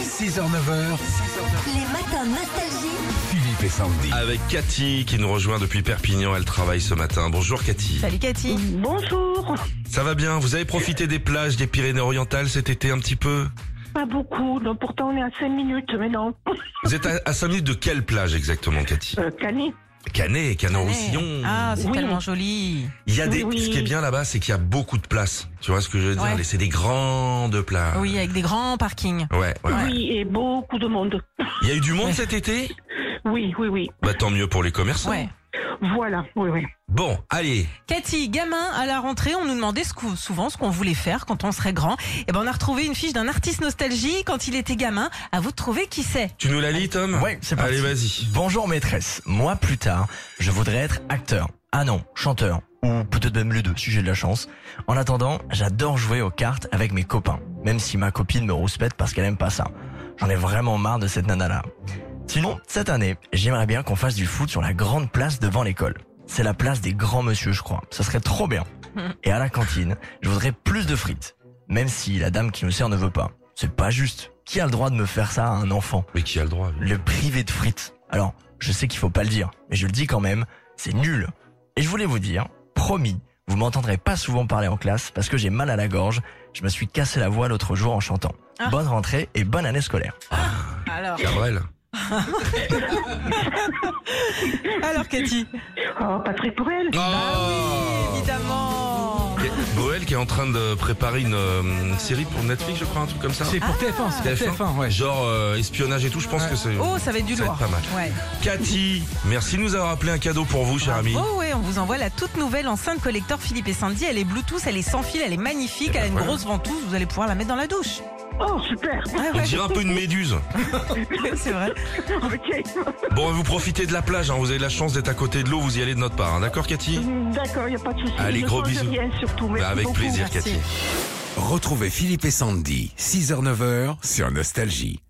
6h-9h, Les matins nostalgie. Philippe et Sandy. Avec Cathy qui nous rejoint depuis Perpignan, elle travaille ce matin. Bonjour Cathy. Salut Cathy. Bonjour. Ça va bien Vous avez profité des plages des Pyrénées-Orientales cet été un petit peu Pas beaucoup. Non, pourtant on est à 5 minutes maintenant. Vous êtes à, à 5 minutes de quelle plage exactement Cathy Euh, Canet. Canet, Canet-Roussillon. Ah, c'est Oui. tellement joli. Il y a des Oui, oui. ce qui est bien là-bas, c'est qu'il y a beaucoup de places. Tu vois ce que je veux dire Ouais. Les- C'est des grandes plages. Oui, avec des grands parkings. Ouais, ouais. Oui, et beaucoup de monde. Il y a eu du monde cet été Oui, oui, oui. Bah tant mieux pour les commerçants. Ouais. Voilà. Oui, oui. Bon, allez, Cathy, gamin, à la rentrée, on nous demandait ce qu'on- souvent ce qu'on voulait faire quand on serait grand. Et ben, on a retrouvé une fiche d'un artiste nostalgie quand il était gamin. À vous de trouver qui c'est. tu nous la lis Tom Ouais, c'est parti. Allez, vas-y. Bonjour maîtresse, moi plus tard, je voudrais être acteur. Ah non, chanteur. Ou peut-être même les deux, si j'ai de la chance. En attendant, j'adore jouer aux cartes avec mes copains. Même si ma copine me rouspète parce qu'elle aime pas ça. J'en ai vraiment marre de cette nana là. Sinon, cette année, j'aimerais bien qu'on fasse du foot sur la grande place devant l'école. C'est la place des grands monsieur, je crois. Ça serait trop bien. Et à la cantine, je voudrais plus de frites. Même si la dame qui nous sert ne veut pas. C'est pas juste. Qui a le droit de me faire ça à un enfant Mais qui a le droit lui le privé de frites. Alors, je sais qu'il faut pas le dire, mais je le dis quand même, c'est nul. Et je voulais vous dire, promis, vous m'entendrez pas souvent parler en classe parce que j'ai mal à la gorge, je me suis cassé la voix l'autre jour en chantant. Ah. Bonne rentrée et bonne année scolaire. Alors, Gabriel. alors Cathy. Oh, Patrick Bruel. Eh ben Oh. Évidemment. Et Boël qui est en train de préparer une, euh, une série pour Netflix, je crois, un truc comme ça. C'est Ah. pour TF1, c'est TF1. pour TF1, ouais. Genre euh, espionnage et tout, je pense que c'est. Oh, ça va être du Ça va être pas lourd. mal. Ouais. Cathy, merci de nous avoir appelé un cadeau pour vous, cher ami. Oh ouais, on vous envoie la toute nouvelle enceinte collector Philippe et Sandy. Elle est Bluetooth, elle est sans fil, elle est magnifique, Eh ben elle a une voilà. grosse ventouse. Vous allez pouvoir la mettre dans la douche. Oh, super. Ouais, On ouais. dirait un peu une méduse. c'est vrai. Ok. Bon, vous profitez de la plage, hein, vous avez de la chance d'être à côté de l'eau, vous y allez de notre part, hein, d'accord Cathy D'accord, il n'y a pas de souci. Allez, Je gros change bisous. rien, surtout. Bah, Merci Avec beaucoup. plaisir merci. Cathy. Retrouvez Philippe et Sandy, 6h-9h sur Nostalgie.